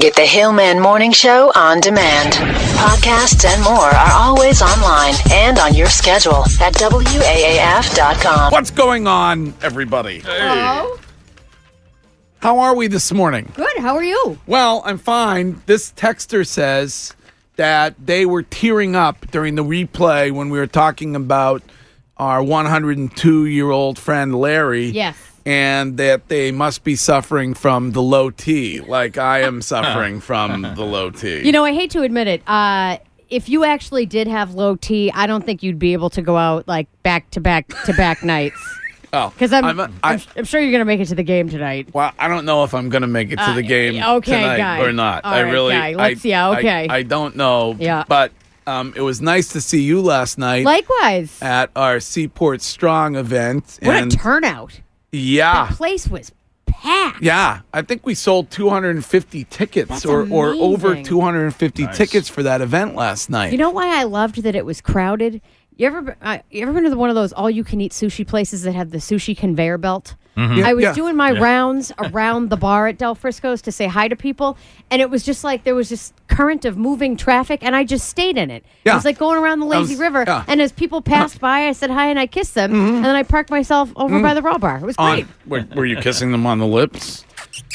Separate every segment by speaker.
Speaker 1: Get the Hillman Morning Show on demand. Podcasts and more are always online and on your schedule at WAAF.com.
Speaker 2: What's going on, everybody?
Speaker 3: Hello.
Speaker 2: How are we this morning?
Speaker 3: Good. How are you?
Speaker 2: Well, I'm fine. This texter says that they were tearing up during the replay when we were talking about our 102 year old friend Larry.
Speaker 3: Yes.
Speaker 2: And that they must be suffering from the low T, like I am suffering from the low T.
Speaker 3: You know, I hate to admit it. Uh, if you actually did have low T, I don't think you'd be able to go out like back to back to back nights.
Speaker 2: oh,
Speaker 3: Because I'm,
Speaker 2: I'm
Speaker 3: I'm,
Speaker 2: a- I-
Speaker 3: I'm, sure you're going to make it to the game tonight.
Speaker 2: Well, I don't know if I'm going to make it to
Speaker 3: Uh,
Speaker 2: the game
Speaker 3: okay,
Speaker 2: tonight
Speaker 3: guy.
Speaker 2: or not.
Speaker 3: All
Speaker 2: I
Speaker 3: right,
Speaker 2: really,
Speaker 3: guy. Let's-
Speaker 2: I,
Speaker 3: yeah,
Speaker 2: I-
Speaker 3: okay.
Speaker 2: I, don't know.
Speaker 3: Yeah.
Speaker 2: but um, it was nice to see you last night
Speaker 3: Likewise,
Speaker 2: at our Seaport Strong event.
Speaker 3: what
Speaker 2: and Ah.
Speaker 3: a turnout!
Speaker 2: yeah,
Speaker 3: The place was packed.
Speaker 2: yeah. I think we sold 250 tickets
Speaker 3: That's
Speaker 2: or, or over
Speaker 3: amazing.
Speaker 2: 250 tickets for that event last night.
Speaker 3: You know why I loved that it was crowded? You ever uh, you ever been to the- one of those all you can eat sushi places that have the sushi conveyor belt? I was
Speaker 2: Mm-hmm. Yeah.
Speaker 3: doing my rounds around the bar at Del Frisco's to say hi to people, and it was just like there was this current of moving traffic, and I just stayed in it.
Speaker 2: Yeah.
Speaker 3: It was like going around the
Speaker 2: That was-
Speaker 3: lazy river,
Speaker 2: yeah. Uh-huh. Mm-hmm.
Speaker 3: and as people passed by, I said hi and I kissed them, and then I parked myself over by the raw bar. It was
Speaker 2: on,
Speaker 3: great.
Speaker 2: were, were you kissing them on the lips?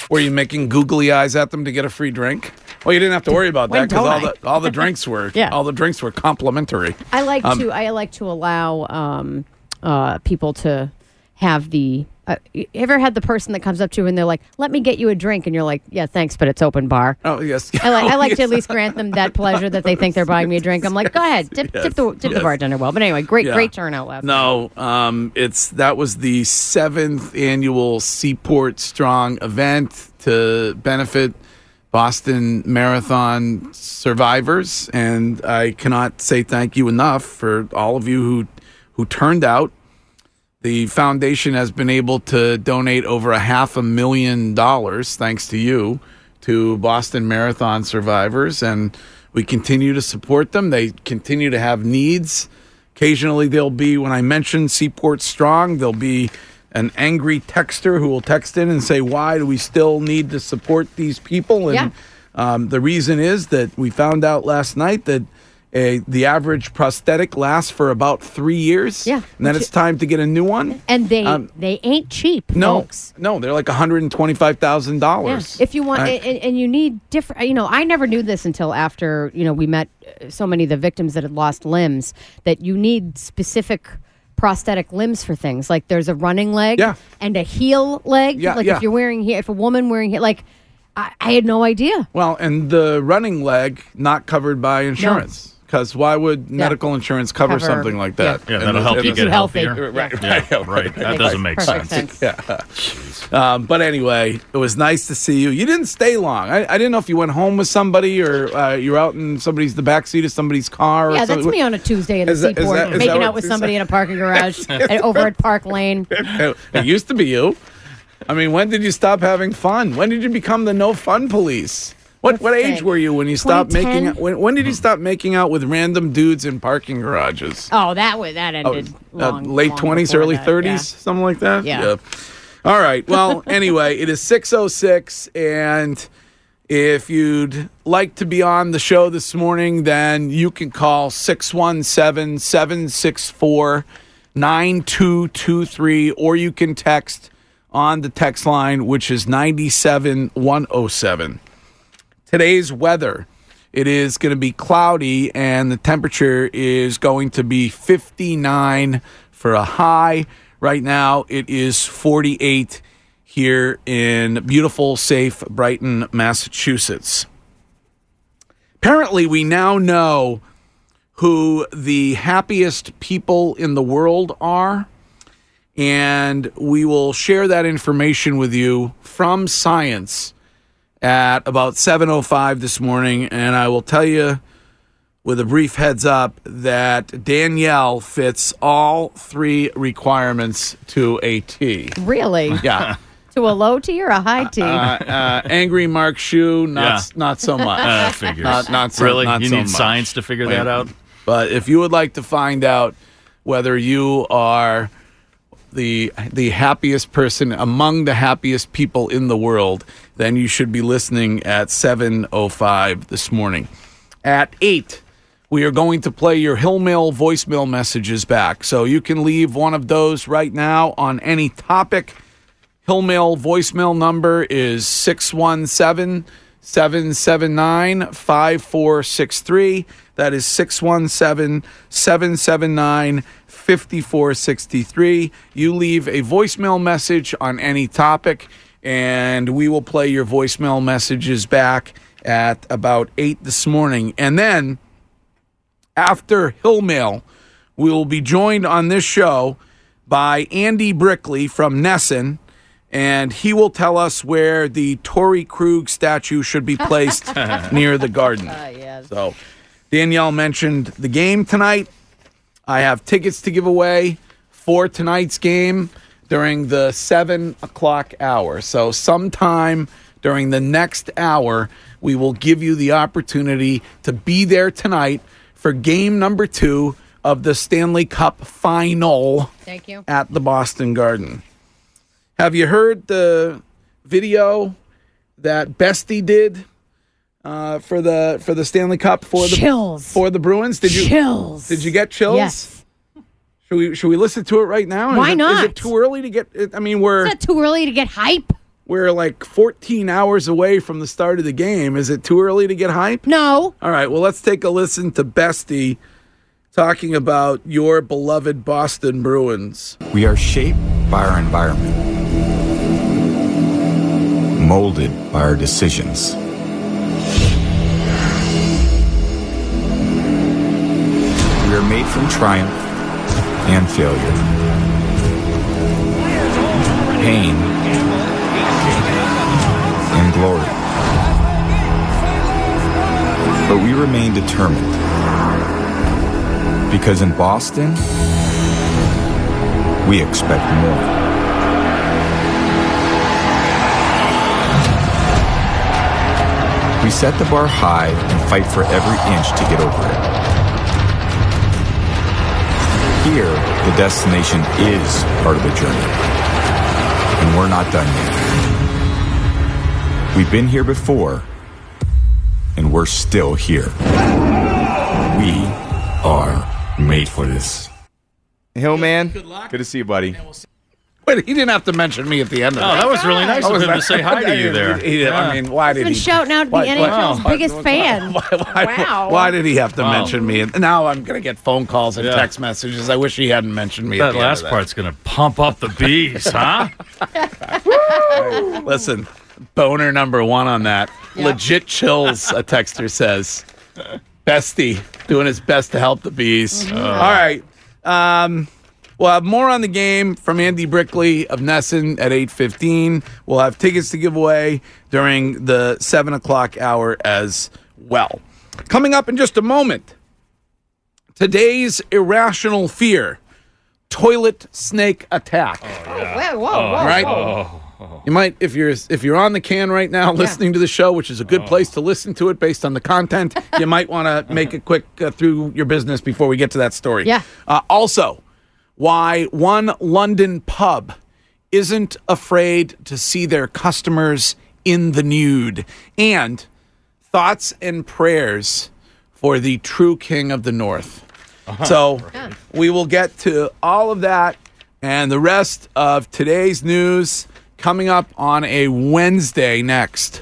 Speaker 2: Were you making googly eyes at them to get a free drink? Well, you didn't have to worry about
Speaker 3: When
Speaker 2: that because
Speaker 3: don't
Speaker 2: all
Speaker 3: I?
Speaker 2: the all the drinks were
Speaker 3: Yeah.
Speaker 2: all the drinks were complimentary.
Speaker 3: I like
Speaker 2: Um,
Speaker 3: to I like to allow um, uh, people to have the. Uh, you ever had the person that comes up to you and they're like, "Let me get you a drink," and you're like, "Yeah, thanks, but it's open bar."
Speaker 2: Oh yes,
Speaker 3: I like I like to
Speaker 2: Yes.
Speaker 3: at least grant them that pleasure that they think they're buying me a drink. I'm like, "Go ahead, tip, tip the tip
Speaker 2: yes.
Speaker 3: the bartender well." But anyway, great
Speaker 2: Yeah.
Speaker 3: great turnout last. night.
Speaker 2: No, um, it's that was the seventh annual Seaport Strong event to benefit Boston Marathon survivors, and I cannot say thank you enough for all of you who who turned out. The foundation has been able to donate over a half a million dollars, thanks to you, to Boston Marathon survivors, and we continue to support them. They continue to have needs. Occasionally, they'll be when I mention Seaport Strong, there'll be an angry texter who will text in and say, "Why do we still need to support these people?" And
Speaker 3: Yeah.
Speaker 2: um, the reason is that we found out last night that. A, the average prosthetic lasts for about three years
Speaker 3: Yeah.
Speaker 2: and then it's time to get a new one.
Speaker 3: And they
Speaker 2: Um,
Speaker 3: they ain't cheap,
Speaker 2: no,
Speaker 3: folks.
Speaker 2: no, they're like one hundred and twenty-five thousand
Speaker 3: Yeah.
Speaker 2: dollars.
Speaker 3: If you want, and, and you need different, you know, I never knew this until after, you know, we met uh, so many of the victims that had lost limbs that you need specific prosthetic limbs for things. Like there's a running leg
Speaker 2: Yeah.
Speaker 3: and a heel leg.
Speaker 2: Yeah,
Speaker 3: like
Speaker 2: yeah.
Speaker 3: if you're wearing, he- if a woman wearing, he- like, I, I had no idea.
Speaker 2: well, and the running leg not covered by insurance because why would medical insurance cover,
Speaker 3: Cover-
Speaker 2: something like that?
Speaker 4: Yeah,
Speaker 2: And um,
Speaker 4: that'll
Speaker 2: it-
Speaker 4: help
Speaker 2: it
Speaker 4: you
Speaker 2: is-
Speaker 4: get
Speaker 3: healthy.
Speaker 4: healthier.
Speaker 3: Right,
Speaker 4: Yeah, right. That doesn't make
Speaker 3: perfect
Speaker 4: sense.
Speaker 3: sense.
Speaker 2: Um, but anyway, it was nice to see you. You didn't stay long. I, I didn't know if you went home with somebody or uh, you're out in somebody's the back seat of somebody's car. Or
Speaker 3: Yeah, that's
Speaker 2: something.
Speaker 3: me on a Tuesday in the
Speaker 2: Is that- is
Speaker 3: seaport,
Speaker 2: that- is that
Speaker 3: making
Speaker 2: what
Speaker 3: out with
Speaker 2: you
Speaker 3: somebody
Speaker 2: said?
Speaker 3: in a parking garage at, over at Park Lane.
Speaker 2: it, it used to be you. I mean, when did you stop having fun? When did you become the no fun police? What what age
Speaker 3: think.
Speaker 2: were you when you stopped making
Speaker 3: 2010?
Speaker 2: out, when, when did you stop making out with random dudes in parking garages?
Speaker 3: Oh, that was that ended
Speaker 2: Uh,
Speaker 3: long,
Speaker 2: late
Speaker 3: long
Speaker 2: twenties,
Speaker 3: before
Speaker 2: early
Speaker 3: that, yeah.
Speaker 2: thirties, something like that.
Speaker 3: Yeah.
Speaker 2: All right. Well, anyway, it is six oh six, and if you'd like to be on the show this morning, then you can call 617-764-9223, or you can text on the text line, which is ninety seven one oh seven today's weather. It is going to be cloudy and the temperature is going to be 59 for a high. Right now, it is 48 here in beautiful, safe Brighton, Massachusetts. Apparently, we now know who the happiest people in the world are, and we will share that information with you from science at about 7:05 this morning, and I will tell you with a brief heads up that Danielle fits all three requirements to a T.
Speaker 3: Really?
Speaker 2: Yeah.
Speaker 3: to a low T or a high T?
Speaker 2: Uh, uh, angry Mark Shoe, not
Speaker 4: Yeah.
Speaker 2: not so much.
Speaker 4: Uh, figures.
Speaker 2: Not, not so,
Speaker 4: really.
Speaker 2: Not
Speaker 4: you
Speaker 2: so
Speaker 4: need
Speaker 2: much.
Speaker 4: science to figure that out.
Speaker 2: But if you would like to find out whether you are the the happiest person among the happiest people in the world, then you should be listening at 7:05 this morning. At 8, we are going to play your Hillmail voicemail messages back. So you can leave one of those right now on any topic. Hillmail voicemail number is 617 779 5463. That is 617 779 5463. You leave a voicemail message on any topic, and we will play your voicemail messages back at about 8 this morning. And then after Hillmail, we will be joined on this show by Andy Brickley from Nesson, and he will tell us where the Tory Krug statue should be placed near the garden. So, Danielle mentioned the game tonight. I have tickets to give away for tonight's game during the seven o'clock hour. So, sometime during the next hour, we will give you the opportunity to be there tonight for game number two of the Stanley Cup final
Speaker 3: Thank you.
Speaker 2: at the Boston Garden. Have you heard the video that Bestie did uh, for the for the Stanley Cup for the
Speaker 3: Chills.
Speaker 2: for the Bruins? Did you
Speaker 3: chills.
Speaker 2: did you get chills?
Speaker 3: Yes.
Speaker 2: Should we should we listen to it right now? is
Speaker 3: Why
Speaker 2: it, Is
Speaker 3: not?
Speaker 2: it too early to get? I mean, we're
Speaker 3: It's not too early to get hype.
Speaker 2: we're like 14 hours away from the start of the game. Is it too early to get hype?
Speaker 3: No.
Speaker 2: All right. Well, let's take a listen to Bestie talking about your beloved Boston Bruins.
Speaker 5: We are shaped by our environment, molded by our decisions. We are made from triumph and failure, pain and glory. But we remain determined because in Boston, we expect more. We set the bar high and fight for every inch to get over it. Here, the destination is part of the journey. And we're not done yet. We've been here before, and we're still here. We are made for this. Hillman, good, to see you, buddy.
Speaker 2: Wait, he didn't have to mention me at the end of
Speaker 4: Oh, that was really nice
Speaker 2: I
Speaker 4: of
Speaker 2: was
Speaker 4: him to
Speaker 2: like-
Speaker 4: say hi
Speaker 2: I
Speaker 4: to you
Speaker 2: mean,
Speaker 4: there.
Speaker 2: he- he- I
Speaker 4: Yeah.
Speaker 2: mean, why did
Speaker 3: been
Speaker 2: he
Speaker 3: shouting out to
Speaker 2: why-
Speaker 3: the
Speaker 2: why-
Speaker 3: NHL's
Speaker 2: why-
Speaker 3: biggest
Speaker 2: why-
Speaker 3: fan.
Speaker 2: Why, why-
Speaker 3: Wow.
Speaker 2: why did he have to
Speaker 4: Wow.
Speaker 2: mention me? And now I'm gonna get phone calls and
Speaker 4: Yeah.
Speaker 2: text messages. I wish he hadn't mentioned me. at
Speaker 4: that
Speaker 2: the end
Speaker 4: last
Speaker 2: of that.
Speaker 4: part's going to pump up the bees, huh?
Speaker 2: Listen, boner number one on that. Legit chills. A texter says, "Bestie doing his best to help the bees." All right. Um, We'll have more on the game from Andy Brickley of Nesson at 8.15. We'll have tickets to give away during the 7 o'clock hour as well. Coming up in just a moment, today's irrational fear, toilet snake attack.
Speaker 3: Whoa, whoa, whoa.
Speaker 2: Right? You might if you're if you're on the can right now listening to the show, which is a good place to listen to it based on the content. you might want to make it quick uh, through your business before we get to that story.
Speaker 3: Yeah.
Speaker 2: Uh, also, why one London pub isn't afraid to see their customers in the nude, and thoughts and prayers for the true King of the North. So we will get to all of that and the rest of today's news coming up on a Wednesday next.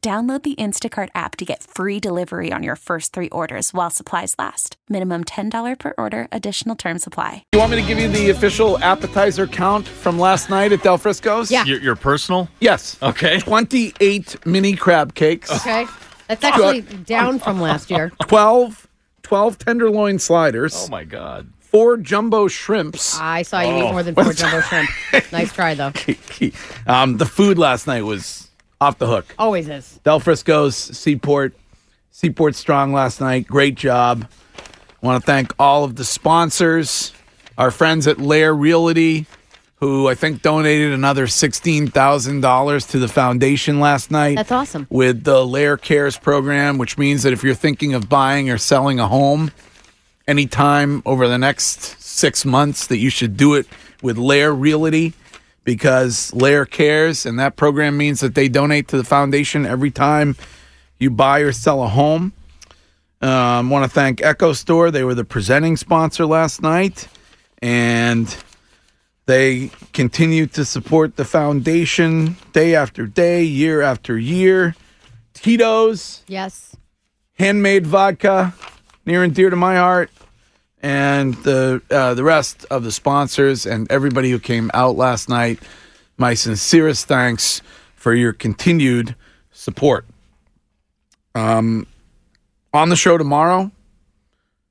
Speaker 6: Download the Instacart app to get free delivery on your first three orders while supplies last. Minimum $10 per order, additional term supply.
Speaker 2: You want me to give you the official appetizer count from last night at Del Frisco's?
Speaker 3: Yeah.
Speaker 4: Your, your personal?
Speaker 2: Yes.
Speaker 4: Okay. Oh.
Speaker 2: 28 mini crab cakes,
Speaker 3: Okay. That's actually down from last year.
Speaker 2: 12, 12 tenderloin sliders,
Speaker 4: Oh my God. Ah.
Speaker 2: four jumbo shrimps.
Speaker 3: I saw you
Speaker 2: Oh.
Speaker 3: eat more than four jumbo shrimp. Nice try, though.
Speaker 2: um, the food last night was off the hook.
Speaker 3: Always is.
Speaker 2: Del Frisco's Seaport, Seaport Strong last night. Great job. I want to thank all of the sponsors, our friends at Lair Realty, who I think donated another $16,000 to the foundation last night.
Speaker 3: That's awesome.
Speaker 2: With the Lair Cares program, which means that if you're thinking of buying or selling a home anytime over the next six months, that you should do it with Lair Realty because Lair cares, and that program means that they donate to the foundation every time you buy or sell a home. Um, Want to thank Echo Store; they were the presenting sponsor last night, and they continue to support the foundation day after day, year after year. Tito's
Speaker 3: Yes.
Speaker 2: handmade vodka, near and dear to my heart, and the uh, the rest of the sponsors and everybody who came out last night. My sincerest thanks for your continued support. Um, on the show tomorrow,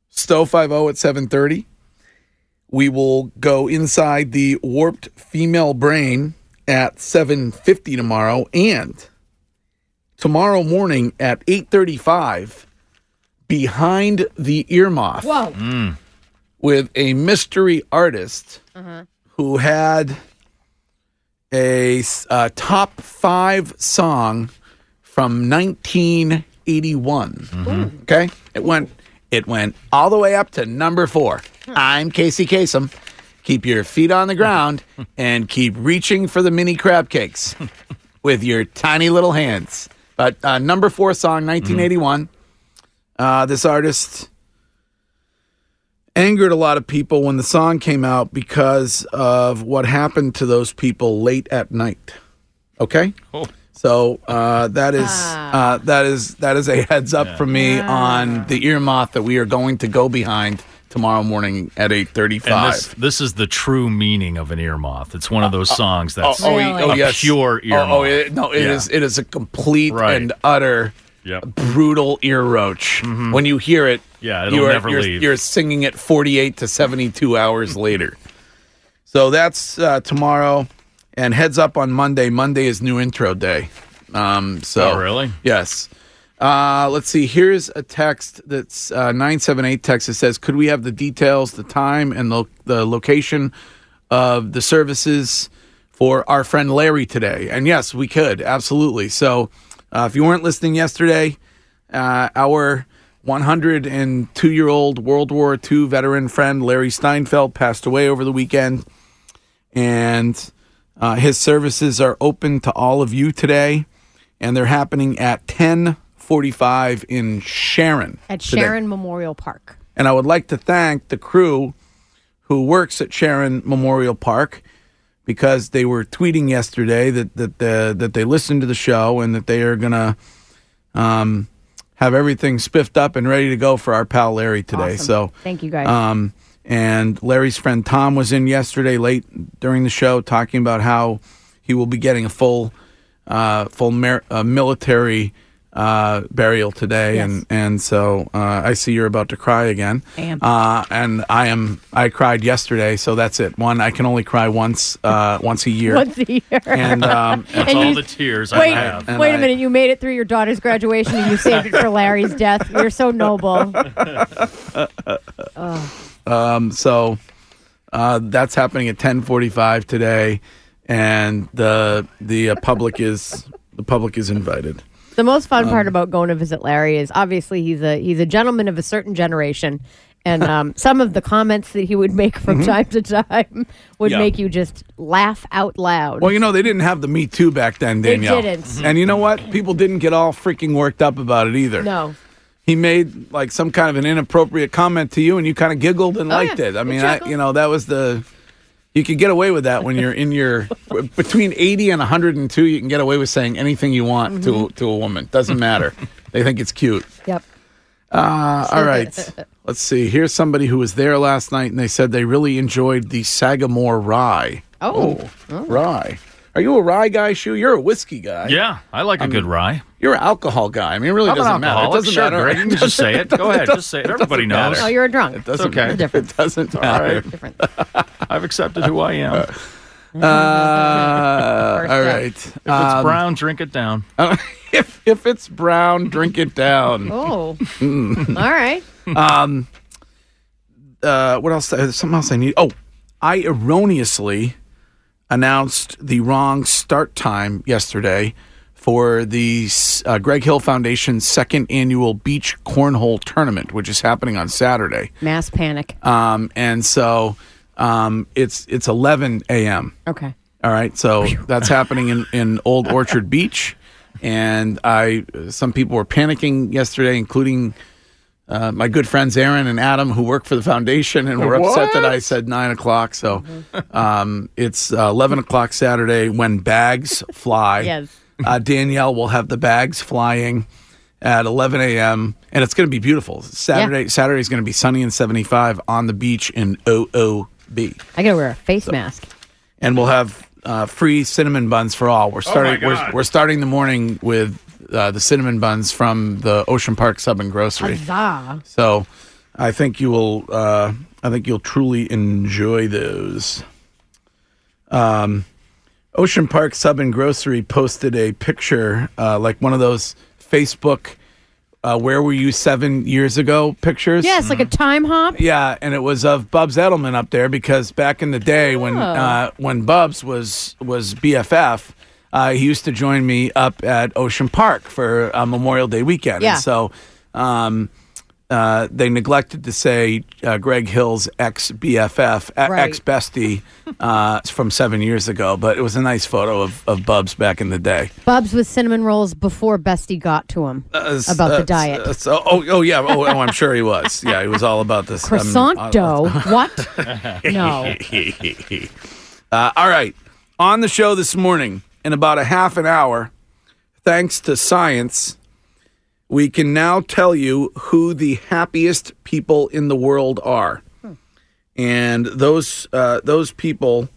Speaker 2: Stowe Five O at seven thirty. We will go inside the warped female brain at seven fifty tomorrow, and tomorrow morning at 8.35 behind the earmuff
Speaker 3: Whoa.
Speaker 2: with a mystery artist who had a s- uh, top five song from 1981 okay it went it went all the way up to number four i'm casey Kasem. keep your feet on the ground and keep reaching for the mini crab cakes with your tiny little hands. But uh, number four song, 1981.
Speaker 4: Mm-hmm.
Speaker 2: Uh, this artist angered a lot of people when the song came out because of what happened to those people late at night. Okay.
Speaker 4: Oh. Ah.
Speaker 2: So uh, that is uh, that is that is a heads up from me on the earmuff that we are going to go behind tomorrow morning at eight
Speaker 4: And
Speaker 2: thirty-five.
Speaker 4: this, this is the true meaning of an ear moth. It's one of those songs that's
Speaker 2: Oh,
Speaker 3: Really?
Speaker 2: oh,
Speaker 4: a
Speaker 2: yes.
Speaker 4: pure ear
Speaker 2: Oh, oh,
Speaker 4: moth.
Speaker 2: it, no, it is.
Speaker 4: Yeah.
Speaker 2: It is a complete
Speaker 4: Right.
Speaker 2: and utter
Speaker 4: Yep.
Speaker 2: brutal ear roach. When you hear it,
Speaker 4: Mm-hmm. Yeah, it'll
Speaker 2: you are,
Speaker 4: never
Speaker 2: you're,
Speaker 4: leave.
Speaker 2: You're singing it 48 to 72 hours later. So that's uh, tomorrow, and heads up on Monday. Monday is new intro day. Um, so
Speaker 4: Oh, really?
Speaker 2: Yes. Uh, let's see. Here's a text that's uh, 978 text. It says, Could we have the details, the time, and lo- the location of the services for our friend Larry today? And yes, we could. Absolutely. So uh, if you weren't listening yesterday, uh, our 102 year old World War II veteran friend Larry Steinfeld passed away over the weekend. And uh, his services are open to all of you today and they're happening at 10:45 in Sharon.
Speaker 3: At
Speaker 2: today.
Speaker 3: Sharon Memorial Park.
Speaker 2: And I would like to thank the crew who works at Sharon Memorial Park because they were tweeting yesterday that that the, that they listened to the show and that they are going to um, have everything spiffed up and ready to go for our pal Larry today.
Speaker 3: Awesome.
Speaker 2: So
Speaker 3: Thank you, guys.
Speaker 2: um, and Larry's friend Tom was in yesterday late during the show talking about how he will be getting a full, uh, full mer- uh, military uh, burial today, and and so uh, I see you're about to cry again. I am. Uh, and I am. I cried yesterday, so that's it. One, I can only cry once, uh, once a year.
Speaker 3: Once a year.
Speaker 2: and um,
Speaker 4: That's
Speaker 3: And
Speaker 4: all
Speaker 3: you-
Speaker 4: the tears I
Speaker 3: Wait,
Speaker 4: have.
Speaker 2: And
Speaker 3: wait
Speaker 2: I-
Speaker 3: a minute. You made it through your daughter's graduation and you saved it for Larry's death. You're so noble.
Speaker 2: so uh, that's happening at 10:45 today, and the the uh, public is the public is invited.
Speaker 3: The most fun
Speaker 2: Um,
Speaker 3: part about going to visit Larry is obviously he's a he's a gentleman of a certain generation, and um, some of the comments that he would make from time to time
Speaker 2: Mm-hmm.
Speaker 3: would
Speaker 2: Yeah.
Speaker 3: make you just laugh out loud.
Speaker 2: Well, you know, they didn't have the Me Too back then,
Speaker 3: They
Speaker 2: Danielle. Mm-hmm.
Speaker 3: didn't.
Speaker 2: And you know what? People didn't get all freaking worked up about it either.
Speaker 3: no,
Speaker 2: He made like some kind of an inappropriate comment to you, and you kind of giggled and
Speaker 3: Oh,
Speaker 2: liked
Speaker 3: yeah.
Speaker 2: it. I
Speaker 3: You
Speaker 2: mean, I,
Speaker 3: chuckled.
Speaker 2: you know, that was the You could get away with that when you're in your between 80 and 102. You can get away with saying anything you want
Speaker 3: Mm-hmm.
Speaker 2: to to a woman. Doesn't matter. they think it's cute.
Speaker 3: Yep.
Speaker 2: Uh, all right. Let's see. Here's somebody who was there last night, and they said they really enjoyed the Sagamore Rye.
Speaker 3: Oh.
Speaker 2: rye. Are you a rye guy, Shu? You're a whiskey guy.
Speaker 4: Yeah, I like a good rye.
Speaker 2: You're an alcohol guy. I mean, it really
Speaker 4: I'm
Speaker 2: Um, doesn't
Speaker 4: an
Speaker 2: matter. It doesn't
Speaker 4: alcoholic. Sure,
Speaker 2: matter.
Speaker 4: Greg, you can just say it. Go ahead, just say it. Everybody
Speaker 2: doesn't
Speaker 4: knows.
Speaker 3: Oh, you're a drunk.
Speaker 2: It doesn't
Speaker 4: okay.
Speaker 2: matter.
Speaker 3: Different.
Speaker 2: It doesn't matter.
Speaker 3: Different.
Speaker 4: I've accepted who I am.
Speaker 2: Uh,
Speaker 3: First
Speaker 2: all
Speaker 3: step.
Speaker 2: right.
Speaker 4: If it's brown, drink it down.
Speaker 2: Uh, if, if it's brown, drink it down.
Speaker 3: Oh.
Speaker 2: Mm.
Speaker 3: All right.
Speaker 2: Uh, what else? Uh, something else I need. Oh, I erroneously announced the wrong start time yesterday for the uh, Greg Hill Foundation's second annual beach cornhole tournament, which is happening on Saturday.
Speaker 3: Mass panic.
Speaker 2: Um, and so um, it's it's 11 a.m.
Speaker 3: Okay.
Speaker 2: All right, so that's happening in, in Old Orchard Beach, and I some people were panicking yesterday, including uh, my good friends Aaron and Adam, who work for the foundation, and were upset that I said nine o'clock. So um, it's uh, eleven o'clock Saturday when bags fly.
Speaker 3: Yes.
Speaker 2: uh, Danielle will have the bags flying at eleven a.m. and it's going to be beautiful. Saturday Saturday's going to be sunny and seventy five on the beach in OOB
Speaker 3: I gotta wear a face mask.
Speaker 2: and we'll have uh, free cinnamon buns for all. We're starting. we're, we're starting the morning with uh, the cinnamon buns from the Ocean Park Sub and Grocery.
Speaker 3: Huzzah.
Speaker 2: So, I think you will. Uh, I think you'll truly enjoy those. Um, Ocean Park Sub and Grocery posted a picture, uh, like one of those Facebook. Uh, where were you seven years ago? Pictures.
Speaker 3: Yes, like a time hop.
Speaker 2: mm. Yeah, and it was of Bubs Edelman up there because back in the day
Speaker 3: Oh.
Speaker 2: when uh, when Bubs was was BFF, uh, he used to join me up at Ocean Park for uh, Memorial Day weekend.
Speaker 3: Yeah.
Speaker 2: And so um, uh, they neglected to say uh, Greg Hill's ex BFF,
Speaker 3: Right.
Speaker 2: ex bestie e-, uh, from seven years ago, but it was a nice photo of, of Bubs back in the day.
Speaker 3: Bubs with cinnamon rolls before Bestie got to him about the diet.
Speaker 2: Uh, so, oh, oh yeah. Oh, oh, I'm sure he was. Yeah, he was all about this um,
Speaker 3: Croissant
Speaker 2: uh,
Speaker 3: dough. what? No.
Speaker 2: Uh, all right. On the show this morning, in about a half an hour, thanks to science, we can now tell you who the happiest people in the world are. And those uh, those people,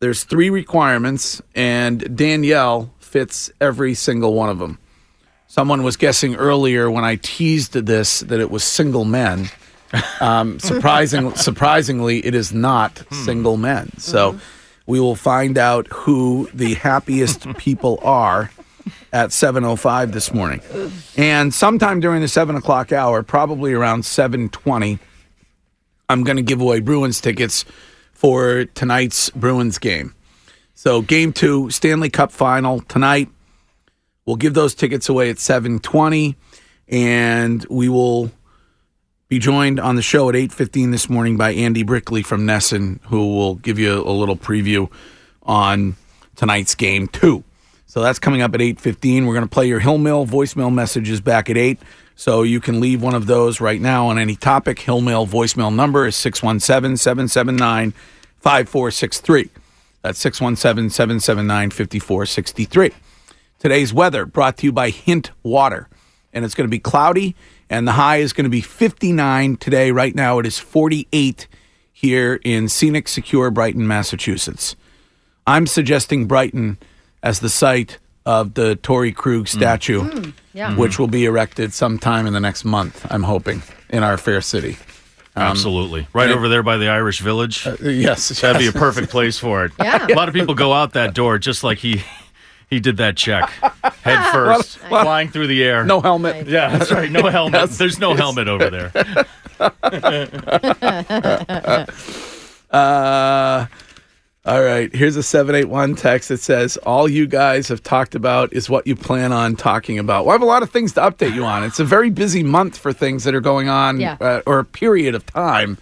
Speaker 2: there's three requirements, and Danielle fits every single one of them. Someone was guessing earlier when I teased this that it was single men. Um, surprising, surprisingly, it is not single men. So we will find out who the happiest people are at 7.05 this morning. And sometime during the 7 o'clock hour, probably around 7.20, I'm going to give away Bruins tickets for tonight's Bruins game. So game two, Stanley Cup final tonight. We'll give those tickets away at 7.20, and we will be joined on the show at 8.15 this morning by andy brickley from nesson who will give you a little preview on tonight's game too so that's coming up at 8.15 we're going to play your hill mail voicemail messages back at 8 so you can leave one of those right now on any topic hill mail voicemail number is 617-779-5463 that's 617-779-5463 Today's weather brought to you by Hint Water. And it's going to be cloudy, and the high is going to be 59 today. Right now, it is 48 here in scenic, secure Brighton, Massachusetts. I'm suggesting Brighton as the site of the Tory Krug statue,
Speaker 3: yeah.
Speaker 2: which will be erected sometime in the next month, I'm hoping, in our fair city.
Speaker 4: Absolutely. Right over there by the Irish village.
Speaker 2: Uh, Yes.
Speaker 4: That'd be a perfect place for it.
Speaker 3: Yeah.
Speaker 4: A lot of people go out that door just like he he did that check. Head first,
Speaker 2: what-
Speaker 4: flying through the air.
Speaker 2: no helmet.
Speaker 4: Yeah, that's right. No helmet. There's no helmet over there.
Speaker 2: Uh, all right. Here's a 781 text that says, All you guys have talked about is what you plan on talking about. Well, I have a lot of things to update you on. It's a very busy month for things that are going on,
Speaker 3: Yeah.
Speaker 2: uh, or a period of time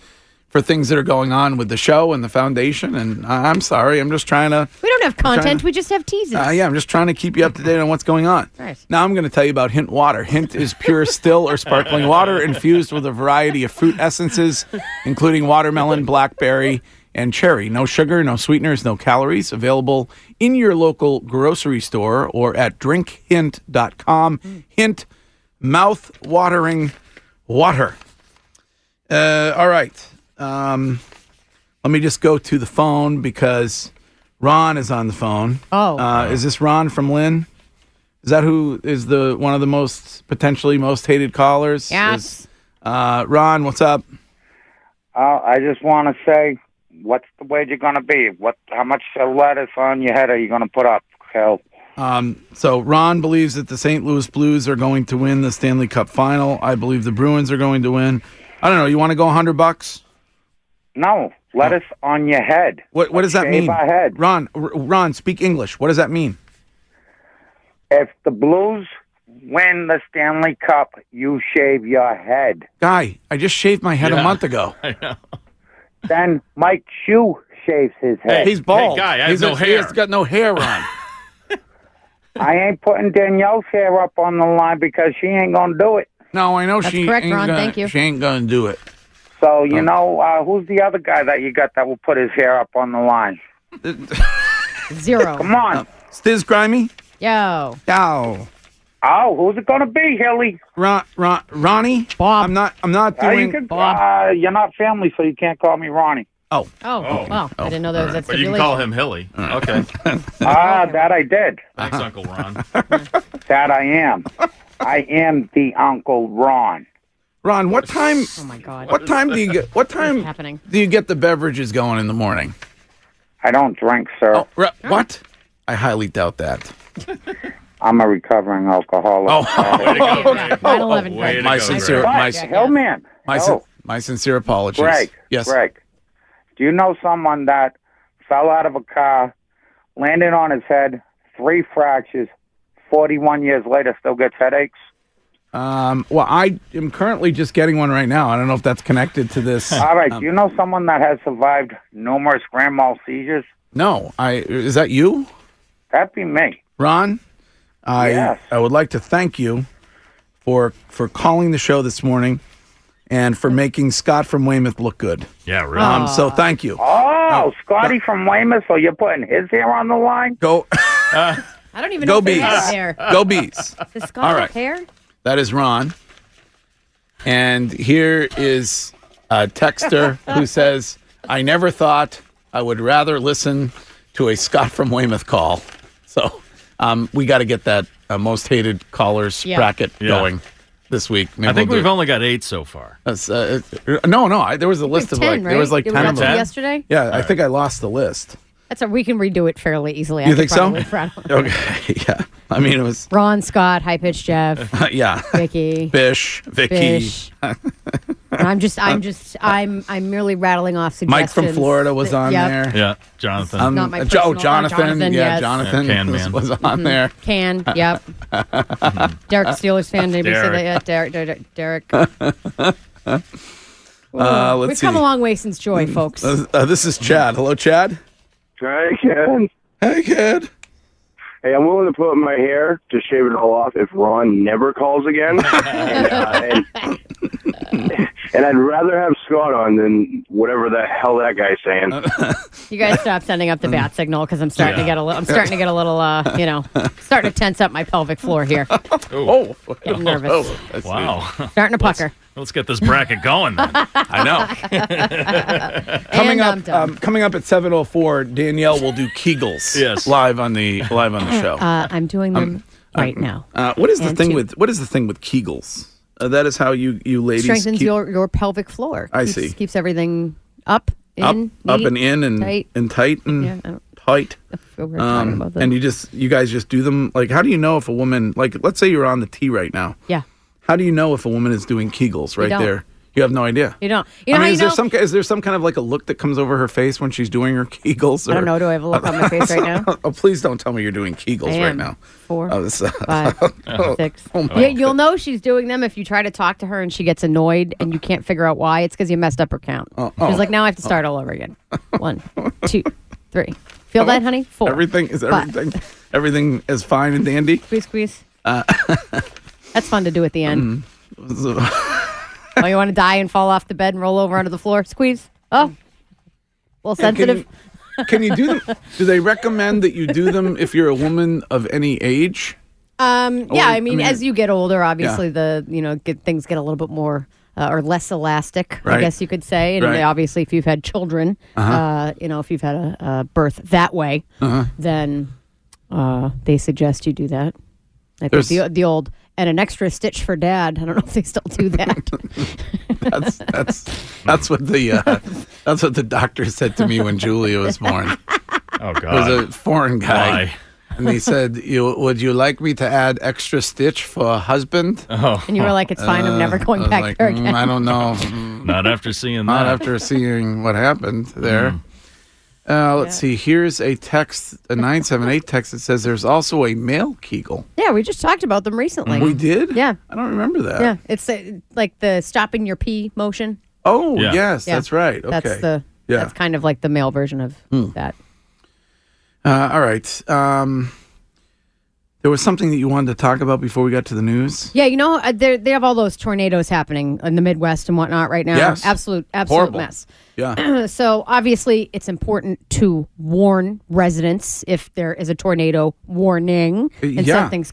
Speaker 2: for things that are going on with the show and the foundation. And I- I'm sorry. I'm just trying to.
Speaker 3: We don't have
Speaker 2: trying
Speaker 3: content.
Speaker 2: to-
Speaker 3: We just have teases.
Speaker 2: Uh, yeah, I'm just trying to keep you up to date on what's going on.
Speaker 3: Nice.
Speaker 2: Now I'm going to tell you about Hint Water. Hint is pure still or sparkling water infused with a variety of fruit essences, including watermelon, blackberry, and cherry. No sugar, no sweeteners, no calories. Available in your local grocery store or at drinkhint.com. Hint, mouth watering water. Uh, all right. Um, let me just go to the phone because Ron is on the phone.
Speaker 3: Oh.
Speaker 2: Uh, is this Ron from Lynn? Is that who is the one of the most potentially most hated callers?
Speaker 3: Yeah.
Speaker 2: Is- Uh, Ron, what's up?
Speaker 7: Uh, I just want to say, what's the wage you're going to be? What? How much lettuce on your head are you going to put up? Hell,
Speaker 2: Um, so Ron believes that the St. Louis Blues are going to win the Stanley Cup final. I believe the Bruins are going to win. I don't know. You want to go 100 bucks?
Speaker 7: no lettuce on your head.
Speaker 2: What What does that
Speaker 7: Shave
Speaker 2: mean?
Speaker 7: our head.
Speaker 2: Ron, R- Ron, speak English. What does that mean?
Speaker 7: If the Blues win the Stanley Cup, you shave your head.
Speaker 2: Guy, I just shaved my head a
Speaker 4: Yeah.
Speaker 2: month ago.
Speaker 7: Then Mike Shue shaves his head.
Speaker 2: He's bald.
Speaker 4: Guy, I have
Speaker 2: He's
Speaker 4: no
Speaker 2: He has
Speaker 4: hair.
Speaker 2: got no hair on.
Speaker 7: I ain't putting Danielle's hair up on the line because she ain't going to do it.
Speaker 2: no, I know
Speaker 3: That's
Speaker 2: she
Speaker 3: correct,
Speaker 2: ain't
Speaker 3: Ron.
Speaker 2: gonna,
Speaker 3: Thank you.
Speaker 2: She ain't going to do it.
Speaker 7: So,
Speaker 2: Oh.
Speaker 7: you know, uh, who's the other guy that you got that will put his hair up on the line?
Speaker 3: Zero.
Speaker 7: Come on.
Speaker 2: Uh, Stiz Grimy?
Speaker 3: Yo.
Speaker 2: Ow.
Speaker 7: Oh, who's it going to be, Hilly?
Speaker 2: Ron, Ron, Ronnie?
Speaker 3: Bob.
Speaker 2: I'm not, I'm not
Speaker 7: Uh, you
Speaker 2: doing.
Speaker 7: can, uh, you're not family, so you can't call me Ronnie.
Speaker 2: oh,
Speaker 3: Oh,
Speaker 4: Oh.
Speaker 3: wow. I didn't know that was that
Speaker 4: But you
Speaker 3: stipulation.
Speaker 4: can call him Hilly. Okay.
Speaker 7: Ah, that I did.
Speaker 4: Thanks, Uncle Ron.
Speaker 7: That I am. I am the Uncle Ron.
Speaker 2: Ron, what time?
Speaker 3: Oh my God.
Speaker 2: What time do you get? What time
Speaker 3: happening?
Speaker 2: do you get the beverages going in the morning?
Speaker 7: I don't drink, sir.
Speaker 2: Oh, re- what? I highly doubt that. Oh,
Speaker 7: I'm a recovering alcoholic.
Speaker 4: Way to go, Greg.
Speaker 3: Nine eleven.
Speaker 4: Way to
Speaker 2: My
Speaker 4: go,
Speaker 2: sincere-
Speaker 4: Greg.
Speaker 7: But,
Speaker 2: my-
Speaker 7: Hillman.
Speaker 2: My sin-
Speaker 7: oh,
Speaker 2: my sincere apologies.
Speaker 7: Greg.
Speaker 2: Yes.
Speaker 7: Greg. Do you know someone that fell out of a car, landed on his head, three fractures, 41 years later still gets headaches?
Speaker 2: Um, well, I am currently just getting one right now. I don't know if that's connected to this. um,
Speaker 7: All right. Do you know someone that has survived numerous grand mal seizures?
Speaker 2: no. I is that you,
Speaker 7: That'd be me.
Speaker 2: Ron? I
Speaker 7: Yes.
Speaker 2: I would like to thank you for for calling the show this morning and for making Scott from Weymouth look good.
Speaker 4: Yeah, really.
Speaker 2: Um, so thank you.
Speaker 7: Oh, Scotty from Weymouth. So you're putting his hair on the line?
Speaker 2: Go
Speaker 3: I don't even know
Speaker 2: go
Speaker 3: if they
Speaker 2: bees.
Speaker 3: have hair.
Speaker 2: Go bees.
Speaker 3: The Scottish
Speaker 2: All right.
Speaker 3: hair?
Speaker 2: That is Ron. And here is a texter who says, I never thought I would rather listen to a Scott from Weymouth call. So um, we got to get that uh, most hated callers
Speaker 3: Yeah.
Speaker 2: bracket
Speaker 4: Yeah.
Speaker 2: going this week. Maybe
Speaker 4: I think
Speaker 2: we'll
Speaker 4: we've
Speaker 2: do it.
Speaker 4: only got eight so far.
Speaker 2: That's, uh, it- no, no. I, there was a list of
Speaker 3: 10,
Speaker 2: like,
Speaker 3: right?
Speaker 2: there was like
Speaker 3: Did
Speaker 2: 10
Speaker 3: we
Speaker 2: of
Speaker 3: not do
Speaker 2: them.
Speaker 3: yesterday?
Speaker 2: Yeah, I think I lost the list.
Speaker 3: That's a, we can redo it fairly easily. I
Speaker 2: You
Speaker 3: could
Speaker 2: think so?
Speaker 3: probably rattle-
Speaker 2: Okay. Yeah. I mean, it was,
Speaker 3: Ron Scott, high pitched Jeff,
Speaker 2: yeah.
Speaker 3: Vicky,
Speaker 2: Bish, Vicky, Uh,
Speaker 3: Fish. And I'm just, I'm just, I'm, I'm merely rattling off suggestions.
Speaker 2: Mike from Florida was
Speaker 3: that-
Speaker 2: on
Speaker 3: yep.
Speaker 2: there.
Speaker 4: Yeah, Jonathan.
Speaker 2: Um,
Speaker 3: Not my
Speaker 2: uh, Jo-
Speaker 3: personal- oh,
Speaker 2: Jonathan,
Speaker 3: Jonathan,
Speaker 2: yeah,
Speaker 3: yes. Mm-hmm.
Speaker 2: Jonathan
Speaker 4: Yeah, Can
Speaker 2: was,
Speaker 4: Man.
Speaker 2: was on there.
Speaker 3: Can, yep. Derek Steelers fan. Did anybody say that yet? Derek, Derek, Derek.
Speaker 2: Uh,
Speaker 3: We've
Speaker 2: let's see.
Speaker 3: come a long way since Joy, folks.
Speaker 2: Uh, uh, this is Chad. Hello, Chad.
Speaker 8: I can.
Speaker 2: Hey, kid.
Speaker 8: Hey, I'm willing to put my hair to shave it all off if Ron never calls again. and, uh, and, and I'd rather have Scott on than whatever the hell that guy's saying.
Speaker 3: You guys stop sending up the
Speaker 2: uh,
Speaker 3: bat signal because I'm starting to get a little. I'm starting to get a little. Uh, you know, starting to tense up my pelvic floor here.
Speaker 2: Oh,
Speaker 3: Getting nervous.
Speaker 2: that's
Speaker 4: wow.
Speaker 3: Starting to pucker.
Speaker 4: Let's get this bracket going then. I know.
Speaker 2: coming
Speaker 3: and
Speaker 2: up.
Speaker 3: I'm done.
Speaker 2: Um, coming up at seven oh four. Danielle will do Kegels.
Speaker 4: Yes.
Speaker 2: live on the live on the show. Uh,
Speaker 3: uh, I'm doing them right
Speaker 2: um,
Speaker 3: now.
Speaker 2: what is the
Speaker 3: and
Speaker 2: thing
Speaker 3: two.
Speaker 2: with what is the thing with Kegels? Uh, that is how you you ladies
Speaker 3: Strengthens
Speaker 2: keep
Speaker 3: your your pelvic floor.
Speaker 2: I
Speaker 3: keeps,
Speaker 2: see.
Speaker 3: Keeps everything up, in,
Speaker 2: up up
Speaker 3: neat.
Speaker 2: and in and
Speaker 3: tight.
Speaker 2: and tight and
Speaker 3: Yeah, I don't-
Speaker 2: tight.
Speaker 3: Feel weird talking
Speaker 2: Um,
Speaker 3: about that.
Speaker 2: and you just you guys just do them like how do you know if a woman like let's say you're on the tee right now
Speaker 3: yeah.
Speaker 2: How do you know if a woman is doing Kegels right
Speaker 3: don't.
Speaker 2: there? You have no idea.
Speaker 3: You don't. You know
Speaker 2: I mean,
Speaker 3: how you
Speaker 2: is there
Speaker 3: know-
Speaker 2: some is there some kind of like a look that comes over her face when she's doing her Kegels? Or,
Speaker 3: I don't know. Do I have a look on my face right now?
Speaker 2: Oh, please don't tell me you're doing Kegels
Speaker 3: I
Speaker 2: right
Speaker 3: am.
Speaker 2: now.
Speaker 3: Four,
Speaker 2: Oh, this-
Speaker 3: five, six.
Speaker 2: Oh my
Speaker 3: You- you'll know she's doing them if you try to talk to her and she gets annoyed and you can't figure out why. It's because you messed up her count.
Speaker 2: oh.
Speaker 3: She's like, now I have to start all over again. One, two, three. Feel that, honey? Four.
Speaker 2: Everything is
Speaker 3: Five.
Speaker 2: everything. Everything is fine and dandy.
Speaker 3: Squeeze, squeeze.
Speaker 2: Uh.
Speaker 3: That's fun to do at the
Speaker 2: Mm-hmm.
Speaker 3: end. oh, you want to die and fall off the bed and roll over onto the floor? Squeeze. Oh, Well,
Speaker 2: And can
Speaker 3: sensitive.
Speaker 2: you- Can you, do them? Do they recommend that you do them if you're a woman of any age?
Speaker 3: Um,
Speaker 2: Or,
Speaker 3: yeah,
Speaker 2: Oh, I
Speaker 3: I mean,
Speaker 2: mean,
Speaker 3: as you get older, obviously the you know get, things get a little bit more uh, or less elastic,
Speaker 2: Right.
Speaker 3: I guess you could say. And
Speaker 2: Right.
Speaker 3: obviously, if you've had children, uh
Speaker 2: Uh-huh.
Speaker 3: you know, if you've had a, a birth that way,
Speaker 2: Uh-huh.
Speaker 3: then uh, they suggest you do that. I think
Speaker 2: There's-
Speaker 3: the, the old and an extra stitch for dad. I don't know if they still do that.
Speaker 2: That's that's that's what the uh, that's what the doctor said to me when Julia was born.
Speaker 4: Oh
Speaker 2: It was a foreign guy,
Speaker 4: Why?
Speaker 2: and he said, "You would you like me to add extra stitch for husband?"
Speaker 4: Oh,
Speaker 3: And you were like, "It's fine, I'm never going
Speaker 2: Uh, I was
Speaker 3: back
Speaker 2: like,
Speaker 3: there
Speaker 2: "Mm,
Speaker 3: again."
Speaker 2: I don't know. Mm,
Speaker 4: Not after seeing
Speaker 2: Not
Speaker 4: that.
Speaker 2: after seeing what happened there. Uh, let's see. Here's a text, a nine seven eight text that says there's also a male Kegel.
Speaker 3: yeah, we just talked about them recently.
Speaker 2: We did.
Speaker 3: Yeah.
Speaker 2: I don't remember that.
Speaker 3: Yeah, it's uh, like the stopping your pee motion.
Speaker 2: Oh
Speaker 4: Yeah.
Speaker 2: yes,
Speaker 3: Yeah.
Speaker 2: that's right. Okay.
Speaker 3: That's the
Speaker 2: Yeah. Hmm.
Speaker 3: that's kind of like the male version of that.
Speaker 2: Uh, all right. Um, there was something that you wanted to talk about before we got to the news.
Speaker 3: Yeah, you know uh, they they have all those tornadoes happening in the Midwest and whatnot right now.
Speaker 2: Yes.
Speaker 3: absolute absolute
Speaker 2: Horrible.
Speaker 3: mess.
Speaker 2: Yeah.
Speaker 3: so obviously it's important to warn residents if there is a tornado warning and
Speaker 2: Uh, yeah.
Speaker 3: something's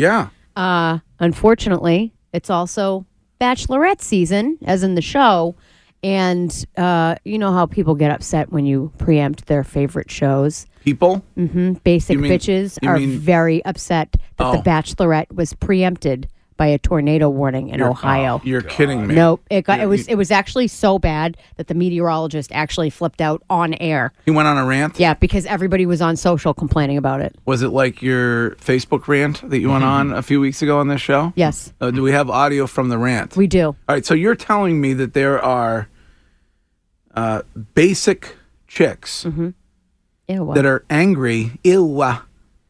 Speaker 2: Yeah.
Speaker 3: Uh, unfortunately, it's also bachelorette season, as in the show. And uh, you know how people get upset when you preempt their favorite shows.
Speaker 2: People.
Speaker 3: Basic
Speaker 2: You mean-
Speaker 3: bitches
Speaker 2: you
Speaker 3: are
Speaker 2: mean-
Speaker 3: very upset that
Speaker 2: Oh.
Speaker 3: The Bachelorette was preempted by a tornado warning in Ohio.
Speaker 2: You're kidding me.
Speaker 3: Nope. It got, it was it was actually so bad that the meteorologist actually flipped out on air.
Speaker 2: He went on a rant.
Speaker 3: Yeah, because everybody was on social complaining about it.
Speaker 2: Was it like your Facebook rant that you went on
Speaker 3: Mm-hmm.
Speaker 2: a few weeks ago on this show?
Speaker 3: Yes,
Speaker 2: Uh, do we have audio from the rant?
Speaker 3: we do.
Speaker 2: All right. So you're telling me that there are uh, basic chicks
Speaker 3: Ew, what?
Speaker 2: that are angry, ew, uh,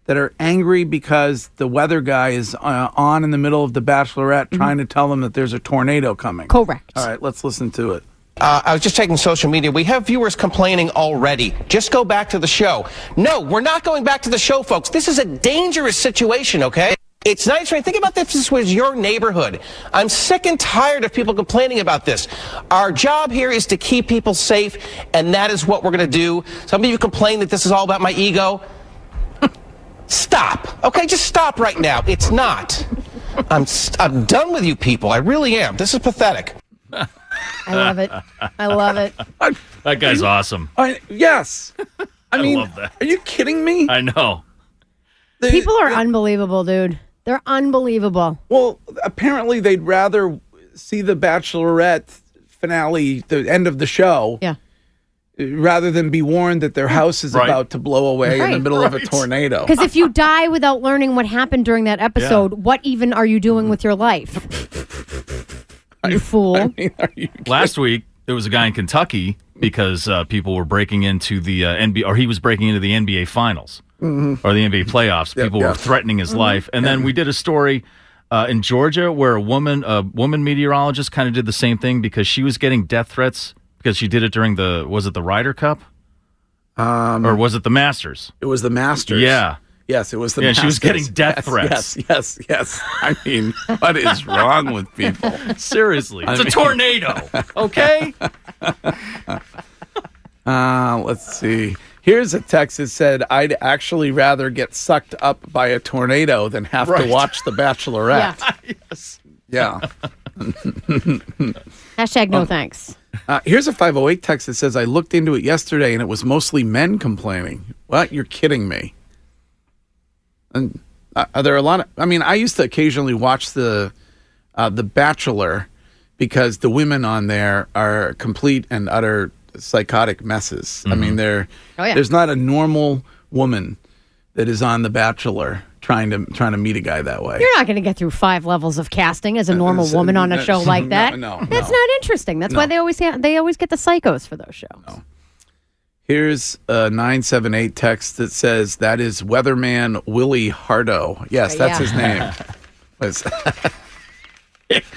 Speaker 2: that are angry because the weather guy is uh, on in the middle of the bachelorette
Speaker 3: Mm-hmm.
Speaker 2: trying to tell them that there's a tornado coming.
Speaker 3: correct.
Speaker 2: All right, let's listen to it.
Speaker 9: Uh, I was just checking social media. We have viewers complaining already. Just go back to the show. No, we're not going back to the show, folks. This is a dangerous situation, okay? It's nice, right? Think about this. This was your neighborhood. I'm sick and tired of people complaining about this. Our job here is to keep people safe, and that is what we're going to do. Some of you complain that this is all about my ego. Stop, okay? Just stop right now. It's not. I'm, st- I'm done with you people. I really am. This is pathetic.
Speaker 3: I love it. I love it.
Speaker 4: That guy's awesome.
Speaker 2: I, yes. I mean,
Speaker 4: love that.
Speaker 2: are you kidding me?
Speaker 4: I know.
Speaker 2: They-
Speaker 3: People are unbelievable, dude. They're unbelievable.
Speaker 2: well, apparently they'd rather see the bachelorette finale, the end of the show,
Speaker 3: Yeah.
Speaker 2: rather than be warned that their house is
Speaker 4: Right.
Speaker 2: about to blow away in the
Speaker 3: Right.
Speaker 2: middle of a tornado.
Speaker 3: Because if you die without learning what happened during that episode, what even are you doing with your life? you fool.
Speaker 2: I mean, are you
Speaker 4: Last week there was a guy in Kentucky because uh, people were breaking into the uh, NBA, or he was breaking into the NBA Finals
Speaker 2: Mm-hmm.
Speaker 4: or the NBA playoffs. people
Speaker 2: yeah.
Speaker 4: were threatening his life, and then we did a story. Uh, in Georgia, where a woman, a woman meteorologist, kind of did the same thing because she was getting death threats because she did it during the was it the Ryder Cup
Speaker 2: Um,
Speaker 4: or was it the Masters?
Speaker 2: It was the Masters.
Speaker 4: Yeah.
Speaker 2: Yes, it was the
Speaker 4: Yeah,
Speaker 2: Masters.
Speaker 4: she was getting death
Speaker 2: Yes,
Speaker 4: threats.
Speaker 2: Yes, yes, yes. I mean, what is wrong with people?
Speaker 4: Seriously, it's
Speaker 2: mean-
Speaker 4: a tornado. Okay,
Speaker 2: Uh, let's see. Here's a text that said, I'd actually rather get sucked up by a tornado than have
Speaker 4: Right.
Speaker 2: to watch The Bachelorette.
Speaker 4: yes.
Speaker 2: Yeah.
Speaker 3: Hashtag no thanks.
Speaker 2: Uh, here's a 508 text that says, I looked into it yesterday and it was mostly men complaining. What? You're kidding me. And uh, are there a lot of, I mean, I used to occasionally watch the, uh, the Bachelor because the women on there are complete and utter psychotic messes. I mean, they're,
Speaker 3: Oh, yeah.
Speaker 2: there's not a normal woman that is on the Bachelor trying to, trying to meet a guy that way.
Speaker 3: You're not going to get through five levels of casting as a normal
Speaker 2: it's-
Speaker 3: woman on a show
Speaker 2: no,
Speaker 3: like that.
Speaker 2: no, no.
Speaker 3: That's not interesting. That's why they always ha- they always get the psychos for those shows.
Speaker 2: Here's a 978 text that says, That is Weatherman Willie Hardo. Yes, that's
Speaker 3: Yeah.
Speaker 2: his name. Was-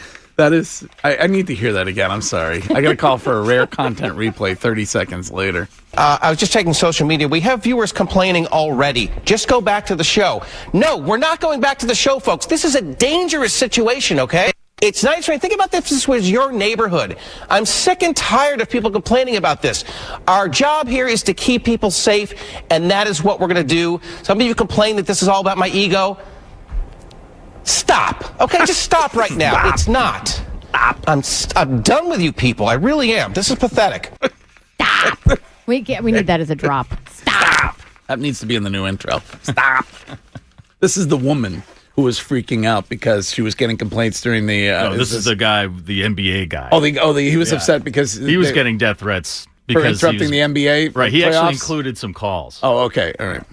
Speaker 2: that is, I, I need to hear that again. I'm sorry. I got to call for a rare content replay 30 seconds later.
Speaker 9: Uh, I was just checking social media. We have viewers complaining already. Just go back to the show. No, we're not going back to the show, folks. This is a dangerous situation, okay? It's nice, right? Think about this. This was your neighborhood. I'm sick and tired of people complaining about this. Our job here is to keep people safe, and that is what we're going to do. Some of you complain that this is all about my ego. Stop. Okay, just stop right now. It's not. Stop. I'm, st- I'm done with you people. I really am. This is pathetic.
Speaker 3: We get, we need that as a drop.
Speaker 2: That needs to be in the new intro. Stop. this is the woman who was freaking out because she was getting complaints during the. Uh,
Speaker 4: No, this is the guy, the NBA guy.
Speaker 2: Oh, the oh, the, he was
Speaker 4: Yeah.
Speaker 2: upset because
Speaker 4: he was
Speaker 2: they-
Speaker 4: getting death threats
Speaker 2: for
Speaker 4: because he
Speaker 2: interrupting
Speaker 4: was-
Speaker 2: the NBA.
Speaker 4: Right, he
Speaker 2: playoffs?
Speaker 4: actually included some calls.
Speaker 2: Oh, okay, all right.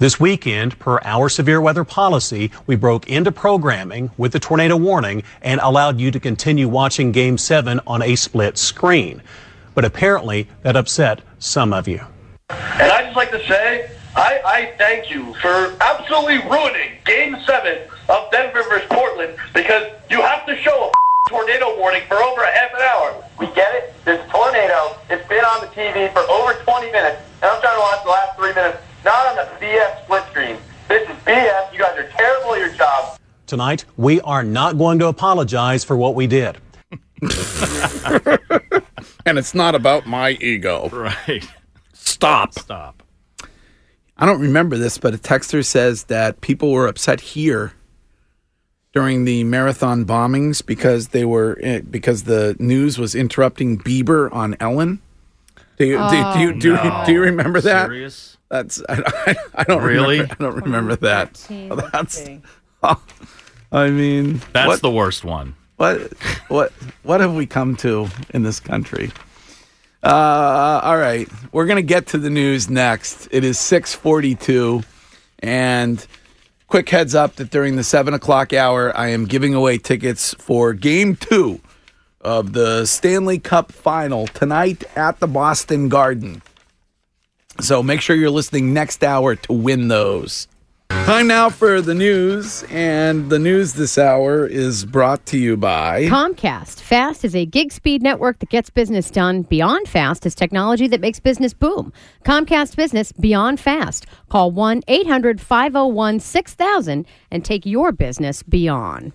Speaker 10: This weekend, per our severe weather policy, we broke into programming with the tornado warning and allowed you to continue watching Game 7 on a split screen. But apparently, that upset some of you.
Speaker 11: And I'd just like to say, I, I thank you for absolutely ruining Game 7 of Denver versus Portland because you have to show a tornado warning for over a half an hour. We get it. There's a tornado. It's been on the TV for over 20 minutes, and I'm trying to watch the last three minutes, not on the BS split screen. This is BS. You guys are terrible at your job.
Speaker 10: Tonight, we are not going to apologize for what we did.
Speaker 2: and it's not about my ego.
Speaker 4: Right.
Speaker 2: Stop.
Speaker 4: Stop.
Speaker 2: I don't remember this, but a texter says that people were upset here during the marathon bombings because they were eh, because the news was interrupting Bieber on Ellen. Do you do, you, do, you,
Speaker 4: Oh,
Speaker 2: do you remember that?
Speaker 4: Serious?
Speaker 2: That's I, I, I don't
Speaker 4: Really?
Speaker 2: Remember, I don't remember that. That's. I mean,
Speaker 4: That's
Speaker 2: what-
Speaker 4: the worst one.
Speaker 2: what what what have we come to in this country? Uh, all right, we're gonna get to the news next. It is six forty-two, and quick heads up that during the seven o'clock hour, I am giving away tickets for Game Two of the Stanley Cup Final tonight at the Boston Garden. So make sure you're listening next hour to win those. Time now for the news, and the news this hour is brought to you by.
Speaker 3: Comcast. Fast is a gig speed network that gets business done. Beyond Fast is technology that makes business boom. Comcast Business Beyond Fast. Call 1 800 501 6000 and take your business beyond.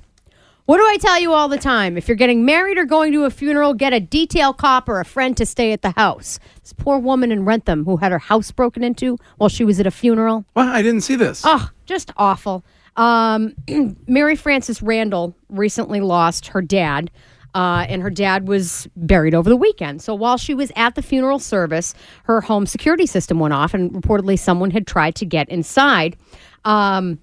Speaker 3: What do I tell you all the time? If you're getting married or going to a funeral, get a detail cop or a friend to stay at the house. This poor woman in Rentham who had her house broken into while she was at a funeral.
Speaker 2: Well, I didn't see this.
Speaker 3: Oh, just awful. Um, Mary Frances Randall recently lost her dad, uh, and her dad was buried over the weekend. So while she was at the funeral service, her home security system went off, and reportedly someone had tried to get inside. Um,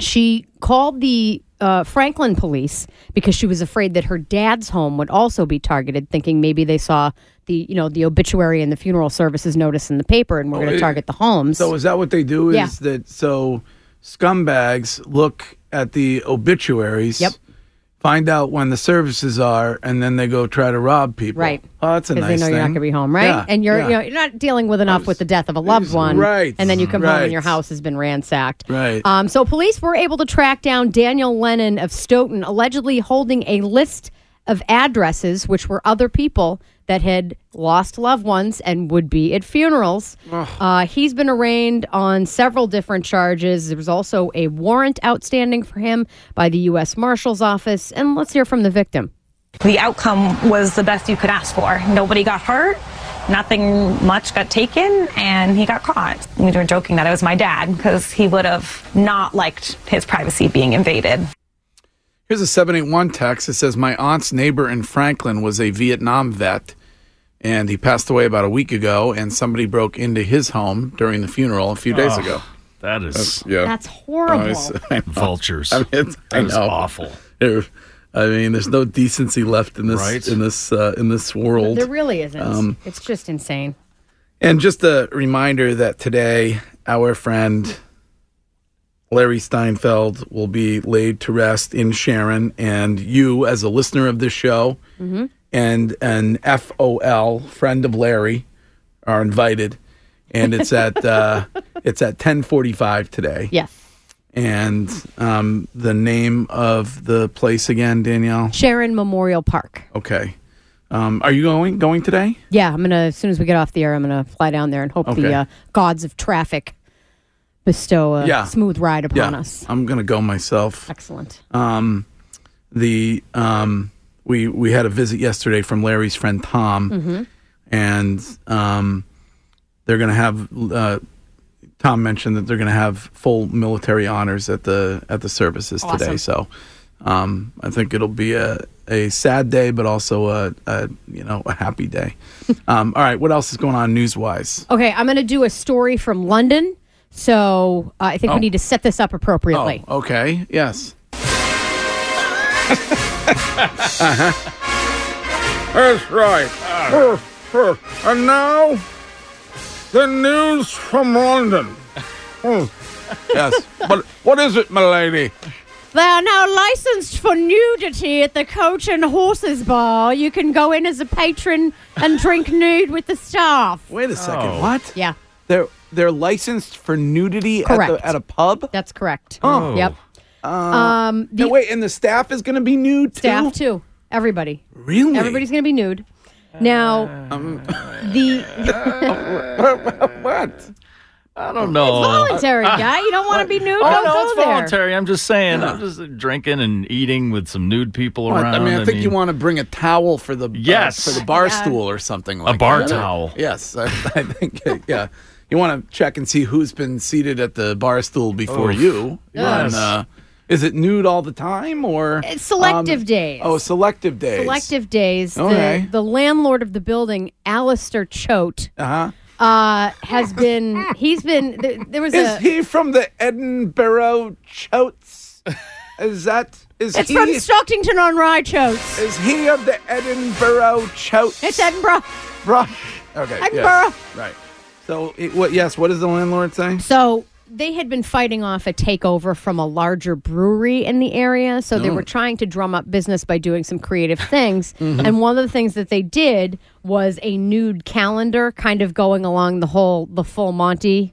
Speaker 3: she called the uh, Franklin police because she was afraid that her dad's home would also be targeted, thinking maybe they saw the you know the obituary and the funeral services notice in the paper and were going
Speaker 2: Oh,
Speaker 3: to
Speaker 2: it-
Speaker 3: target the homes.
Speaker 2: So is that what they do? Is
Speaker 3: Yeah.
Speaker 2: that so? Scumbags look at the obituaries. Yep. Find out when the services are, and then they go try to rob people.
Speaker 3: Right.
Speaker 2: Oh, that's a nice
Speaker 3: Because they know you're not
Speaker 2: thing.
Speaker 3: going to be home, right?
Speaker 2: Yeah,
Speaker 3: and you're
Speaker 2: yeah.
Speaker 3: you know, you're not dealing with enough with the death of a loved one,
Speaker 2: right,
Speaker 3: And then you come home
Speaker 2: right.
Speaker 3: and your house has been ransacked,
Speaker 2: Right.
Speaker 3: Um, so police were able to track down Daniel Lennon of Stoughton, allegedly holding a list of addresses, which were other people that had lost loved ones and would be at funerals. Uh, he's been arraigned on several different charges. There was also a warrant outstanding for him by the U.S. Marshal's Office. And let's hear from the victim.
Speaker 12: The outcome was the best you could ask for. Nobody got hurt, nothing much got taken, and he got caught. We were joking that it was my dad because he would have not liked his privacy being invaded.
Speaker 2: Here's a 781 text that says My aunt's neighbor in Franklin was a Vietnam vet, and he passed away about a week ago, and somebody broke into his home during the funeral a few days
Speaker 4: Oh,
Speaker 2: ago.
Speaker 4: That is
Speaker 2: That's- yeah. Oh,
Speaker 3: That's horrible.
Speaker 2: Nice. I know.
Speaker 4: vultures.
Speaker 2: I mean, it's- I
Speaker 4: That is
Speaker 2: know.
Speaker 4: awful.
Speaker 2: There- I mean, there's no decency left in this
Speaker 3: Right?
Speaker 2: in this uh, in this world.
Speaker 3: There really isn't.
Speaker 2: Um,
Speaker 3: it's just insane.
Speaker 2: And just a reminder that today our friend Larry Steinfeld will be laid to rest in Sharon, and you, as a listener of this show,
Speaker 13: Mhm.
Speaker 2: and an FOL friend of Larry, are invited. And it's at uh, it's at ten forty five today.
Speaker 3: Yes.
Speaker 2: And um, the name of the place again, Danielle.
Speaker 3: Sharon Memorial Park.
Speaker 2: Okay. Um, are you going going today?
Speaker 3: Yeah, I'm gonna. As soon as we get off the air, I'm gonna fly down there and hope
Speaker 2: Okay.
Speaker 3: the uh, gods of traffic bestow a
Speaker 2: Yeah.
Speaker 3: smooth ride upon
Speaker 2: yeah,
Speaker 3: us.
Speaker 2: I'm gonna go myself.
Speaker 3: Excellent.
Speaker 2: Um, the um, we we had a visit yesterday from Larry's friend Tom,
Speaker 13: Mhm.
Speaker 2: and um, they're going to have. Uh, Tom mentioned that they're going to have full military honors at the at the services today.
Speaker 14: Awesome.
Speaker 2: So, um, I think it'll be a a sad day, but also a, a you know a happy day. um, all right, what else is going on news wise?
Speaker 3: Okay, I'm going to do a story from London. So uh, I think
Speaker 2: Oh.
Speaker 3: we need to set this up appropriately.
Speaker 2: Okay, yes. uh-huh.
Speaker 15: That's right. Uh, uh, and now, the news from London. yes. But what is it, milady?
Speaker 3: They are now licensed for nudity at the Coach and Horses Bar. You can go in as a patron and drink nude with the staff.
Speaker 2: Wait a second,
Speaker 15: Oh.
Speaker 2: what?
Speaker 3: Yeah,
Speaker 2: They're they're licensed for nudity at,
Speaker 3: Correct.
Speaker 2: the, at a pub.
Speaker 3: That's correct.
Speaker 2: Oh,
Speaker 3: Yep.
Speaker 2: Uh,
Speaker 3: Um,
Speaker 2: no,
Speaker 3: the-
Speaker 2: wait, and the staff is going to be nude too.
Speaker 3: Staff too. Everybody.
Speaker 2: Really?
Speaker 3: Everybody's going to be nude. Now,
Speaker 4: Ah.
Speaker 3: the
Speaker 2: what?
Speaker 4: I don't know.
Speaker 3: voluntary guy. You don't want to be nude.
Speaker 4: Oh,
Speaker 3: don't
Speaker 4: no,
Speaker 3: go
Speaker 4: it's
Speaker 3: there.
Speaker 4: voluntary. I'm just saying. I'm just drinking and eating with some nude people
Speaker 2: Well,
Speaker 4: around.
Speaker 2: I mean, I think you want to bring a towel for the uh,
Speaker 4: Yes.
Speaker 2: for the bar
Speaker 4: Yeah.
Speaker 2: stool or something
Speaker 4: A
Speaker 2: like
Speaker 4: bar
Speaker 2: that.
Speaker 4: towel.
Speaker 2: Yes, I, I think uh, yeah. You want to check and see who's been seated at the bar stool before
Speaker 4: Oof.
Speaker 2: you.
Speaker 4: Yes.
Speaker 2: And, uh, is it nude all the time or
Speaker 3: It's Uh, selective
Speaker 2: um,
Speaker 3: days.
Speaker 2: Oh, selective days.
Speaker 3: Selective days.
Speaker 2: Okay.
Speaker 3: The, the landlord of the building, Alistair Choate,
Speaker 2: Uh-huh.
Speaker 3: uh, has been. He's been. There, there was
Speaker 2: Is
Speaker 3: a.
Speaker 2: he from the Edinburgh Choates? Is that is
Speaker 3: it's
Speaker 2: he
Speaker 3: from Stockington on Rye Choates.
Speaker 2: is he of the Edinburgh Choates?
Speaker 3: It's Edinburgh.
Speaker 2: Bruh. Okay. yes,
Speaker 3: Edinburgh.
Speaker 2: Right. So it, what yes, what does the landlord say?
Speaker 3: So they had been fighting off a takeover from a larger brewery in the area. So they
Speaker 2: Mm.
Speaker 3: were trying to drum up business by doing some creative things.
Speaker 16: Mhm.
Speaker 3: And one of the things that they did was a nude calendar, kind of going along the whole, the full Monty,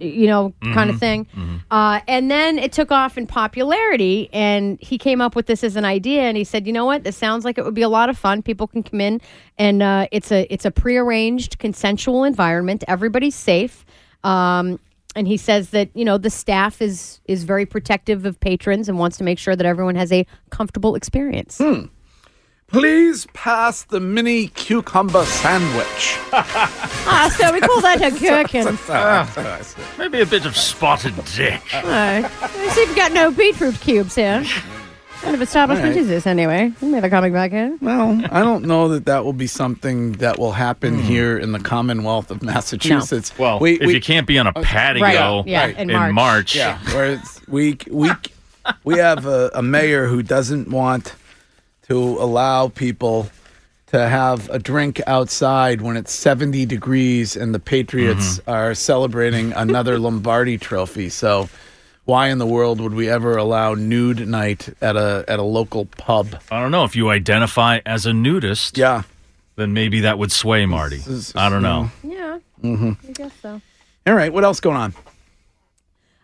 Speaker 3: you know, kind
Speaker 16: Mhm.
Speaker 3: of thing. Uh, and then it took off in popularity. And he came up with this as an idea. And he said, you know what? This sounds like it would be a lot of fun. People can come in, and uh, it's a it's a prearranged, consensual environment. Everybody's safe. Um, and he says that you know the staff is is very protective of patrons and wants to make sure that everyone has a comfortable experience.
Speaker 2: Please pass the mini cucumber sandwich.
Speaker 3: Ah, so we call that a gherkin.
Speaker 4: Ah, maybe a bit of spotted dick.
Speaker 2: Uh,
Speaker 3: Alright. I see we've got no beetroot cubes here. What kind of establishment
Speaker 2: Alright.
Speaker 3: is this anyway? We have a comic back here.
Speaker 2: Well, I don't know that that will be something that will happen here in the Commonwealth of Massachusetts.
Speaker 4: Well,
Speaker 2: we,
Speaker 4: if
Speaker 2: we-
Speaker 4: you can't be on a
Speaker 2: Uh,
Speaker 4: patio
Speaker 2: right, yeah,
Speaker 4: in,
Speaker 2: in
Speaker 4: March,
Speaker 2: March. Yeah, where it's week week we have a, a mayor who doesn't want to allow people to have a drink outside when it's 70 degrees and the Patriots are celebrating another Lombardi trophy. So why in the world would we ever allow nude night at a at a local pub?
Speaker 4: I don't know if you identify as a nudist.
Speaker 2: Yeah.
Speaker 4: Then maybe that would sway Marty. I don't know.
Speaker 3: Yeah,
Speaker 2: Mm-hmm.
Speaker 3: I guess so.
Speaker 2: All right, what else going on?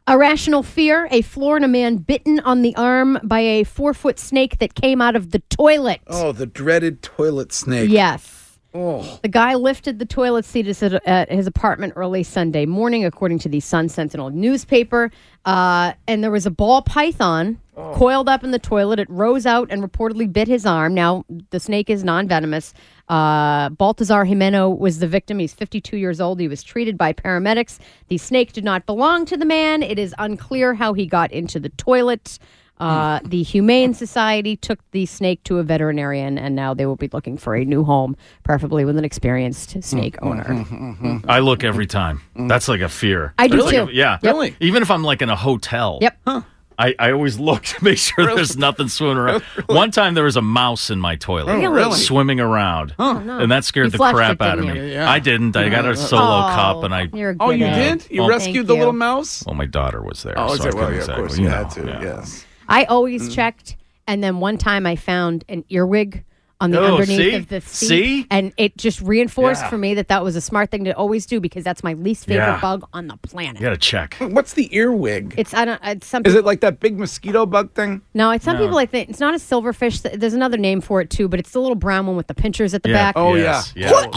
Speaker 3: Irrational fear. A Florida man bitten on the arm by a four foot snake that came out of the toilet.
Speaker 2: Oh, the dreaded toilet snake.
Speaker 3: Yes.
Speaker 2: Oh.
Speaker 3: The guy lifted the toilet seat at his- at his apartment early Sunday morning, according to the Sun Sentinel newspaper. Uh, and there was a ball python coiled up in the toilet. It rose out and reportedly bit his arm. Now, the snake is non venomous. Uh, Baltazar Jimeno was the victim. He's 52 years old. He was treated by paramedics. The snake did not belong to the man. It is unclear how he got into the toilet. Uh,
Speaker 4: Hmm.
Speaker 3: the Humane Society took the snake to a veterinarian, and now they will be looking for a new home, preferably with an experienced snake
Speaker 4: Hmm.
Speaker 3: owner.
Speaker 4: I look every time. That's like a fear.
Speaker 3: I do
Speaker 4: That's like
Speaker 3: too.
Speaker 4: a- yeah.
Speaker 3: Yep. Really?
Speaker 4: Even if I'm like in a hotel.
Speaker 3: Yep. Oh,
Speaker 4: I, I always look to make sure there's nothing swimming around. One time there was a mouse in my toilet
Speaker 3: Oh, really?
Speaker 4: swimming around.
Speaker 3: Oh, no.
Speaker 4: And that scared
Speaker 3: You
Speaker 4: the
Speaker 3: flushed
Speaker 4: crap
Speaker 3: it,
Speaker 4: out of
Speaker 3: didn't
Speaker 4: me.
Speaker 3: you?
Speaker 4: I didn't. I got a solo
Speaker 3: Oh,
Speaker 4: cup and I
Speaker 3: you're a
Speaker 2: Oh,
Speaker 3: good
Speaker 2: you
Speaker 3: egg.
Speaker 2: did? You
Speaker 4: Well,
Speaker 2: rescued
Speaker 3: thank
Speaker 2: the
Speaker 3: you.
Speaker 2: little mouse?
Speaker 4: Well, my daughter was there.
Speaker 2: Oh, is
Speaker 4: so
Speaker 2: it?
Speaker 4: I
Speaker 2: Well, yeah,
Speaker 4: couldn't
Speaker 2: of
Speaker 4: exactly-
Speaker 2: course you
Speaker 4: know,
Speaker 2: had to,
Speaker 4: yeah.
Speaker 2: yes.
Speaker 3: I always
Speaker 4: Mm.
Speaker 3: checked, and then one time I found an earwig on the
Speaker 4: Oh,
Speaker 3: underneath
Speaker 4: see?
Speaker 3: of the seat,
Speaker 4: See?
Speaker 3: and it just reinforced
Speaker 4: Yeah.
Speaker 3: for me that that was a smart thing to always do because that's my least favorite
Speaker 4: Yeah.
Speaker 3: bug on the planet.
Speaker 4: You got to check.
Speaker 2: What's the earwig?
Speaker 3: It's I don't. It's some
Speaker 2: Is
Speaker 3: people-
Speaker 2: it like that big mosquito bug thing?
Speaker 3: No, it's some
Speaker 2: No.
Speaker 3: people I think it's not a silverfish. Th- There's another name for it too, but it's the little brown one with the pinchers at the back.
Speaker 2: Oh yeah.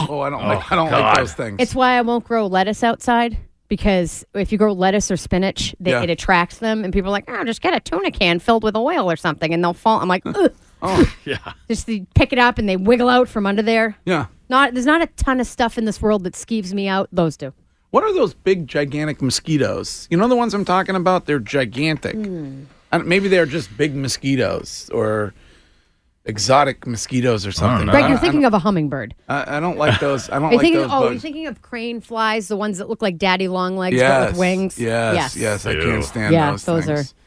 Speaker 2: Oh, I don't
Speaker 4: Oh,
Speaker 2: like I don't like
Speaker 4: God.
Speaker 2: those things.
Speaker 3: It's why I won't grow lettuce outside because if you grow lettuce or spinach, they,
Speaker 2: Yeah.
Speaker 3: it attracts them, and people are like, "Oh, just get a tuna can filled with oil or something," and they'll fall. I'm like, Ugh. "Oh,
Speaker 4: yeah."
Speaker 3: Just they pick it up and they wiggle out from under there.
Speaker 2: Yeah.
Speaker 3: Not there's not a ton of stuff in this world that skeeves me out. Those do.
Speaker 2: What are those big, gigantic mosquitoes? You know the ones I'm talking about? They're gigantic.
Speaker 3: Hmm.
Speaker 2: I don't- maybe they're just big mosquitoes or exotic mosquitoes or something.
Speaker 3: Greg, you're thinking of a hummingbird.
Speaker 2: of. I, I don't like those. I don't
Speaker 3: You're
Speaker 2: like
Speaker 3: thinking,
Speaker 2: those
Speaker 3: oh, you're
Speaker 2: bugs.
Speaker 3: thinking of crane flies, the ones that look like daddy long legs but
Speaker 2: Yes,
Speaker 3: with wings.
Speaker 2: yes, yes, I Ew. can't stand
Speaker 3: yeah,
Speaker 2: those
Speaker 3: are.
Speaker 2: things.
Speaker 3: Those
Speaker 2: Yeah.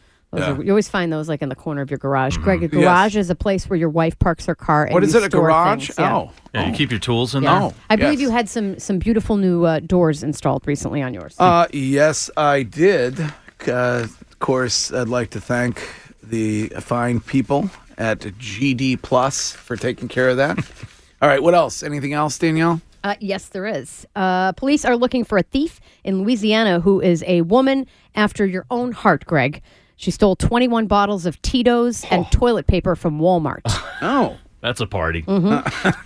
Speaker 2: Mm-hmm.
Speaker 3: are, you always find those like in the corner of your garage. Greg, a
Speaker 4: Yes.
Speaker 3: garage is a place where your wife parks her car. And
Speaker 2: What is
Speaker 3: you
Speaker 2: it, a
Speaker 3: store
Speaker 2: garage?
Speaker 3: things, yeah.
Speaker 2: Oh.
Speaker 4: Yeah, you keep your tools in
Speaker 3: Yeah.
Speaker 4: there.
Speaker 3: I believe you had some some beautiful new uh, doors installed recently on yours.
Speaker 2: Uh, yes, I did. Uh, of course, I'd like to thank the fine people at GD Plus for taking care of that. All right, what else? Anything else, Danielle?
Speaker 3: Uh, yes, there is. Uh, police are looking for a thief in Louisiana who is a woman after your own heart, Greg. She stole 21 bottles of Tito's and toilet paper from Walmart.
Speaker 2: Oh,
Speaker 4: that's a party.
Speaker 3: Mm-hmm.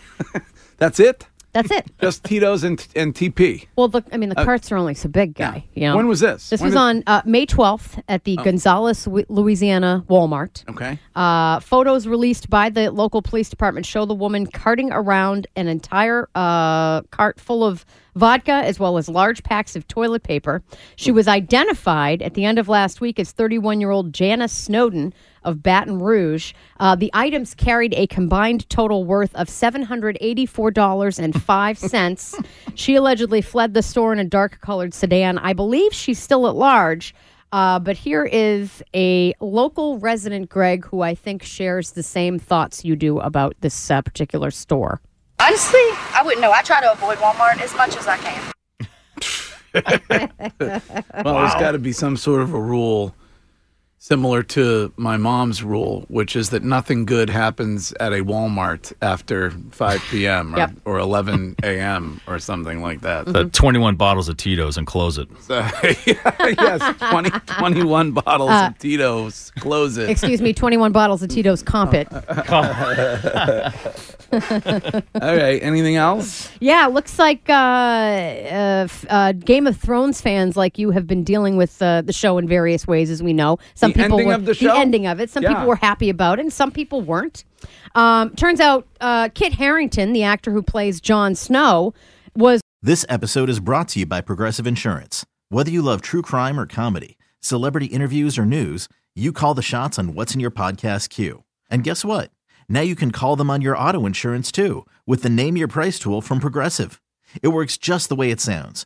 Speaker 2: That's it.
Speaker 3: That's it.
Speaker 2: Just Tito's and and TP.
Speaker 3: Well, the, I mean, the
Speaker 2: Uh,
Speaker 3: carts are only so big, guy. You know?
Speaker 2: When was this?
Speaker 3: This
Speaker 2: When
Speaker 3: was
Speaker 2: did-
Speaker 3: on uh, May 12th at the
Speaker 2: Oh.
Speaker 3: Gonzales, Wi- Louisiana Walmart.
Speaker 2: Okay.
Speaker 3: Uh, photos released by the local police department show the woman carting around an entire uh, cart full of vodka as well as large packs of toilet paper. She was identified at the end of last week as 31 year old Janice Snowden of Baton Rouge. Uh, the items carried a combined total worth of $784.05. she allegedly fled the store in a dark colored sedan. I believe she's still at large. Uh, but here is a local resident, Greg, who I think shares the same thoughts you do about this uh, particular store.
Speaker 13: Honestly, I wouldn't know. I try to avoid Walmart as much as I can.
Speaker 2: Well, there's got to be some sort of a rule similar to my mom's rule, which is that nothing good happens at a Walmart after 5 p.m. or,
Speaker 4: Yep. Mm-hmm.
Speaker 2: or 11 a.m. or something like that.
Speaker 4: The 21 bottles of Tito's and close it.
Speaker 2: So, yes, 20, 21 bottles
Speaker 3: Uh,
Speaker 2: of Tito's. Close it.
Speaker 3: Excuse me, 21 bottles of Tito's Comp
Speaker 14: Oh.
Speaker 3: It.
Speaker 2: All right. Anything else?
Speaker 3: Yeah, looks like uh, uh, f- uh, Game of Thrones fans like you have been dealing with uh, the show in various ways, as we know. Some
Speaker 14: The
Speaker 3: people
Speaker 14: ending
Speaker 3: were,
Speaker 14: of the show?
Speaker 3: ending of it. Some
Speaker 14: Yeah.
Speaker 3: people were happy about it, and some people weren't. Um, turns out, uh, Kit Harrington, the actor who plays Jon Snow, was
Speaker 16: This episode is brought to you by Progressive Insurance. Whether you love true crime or comedy, celebrity interviews or news, you call the shots on what's in your podcast queue. And guess what? Now you can call them on your auto insurance too with the Name Your Price tool from Progressive. It works just the way it sounds.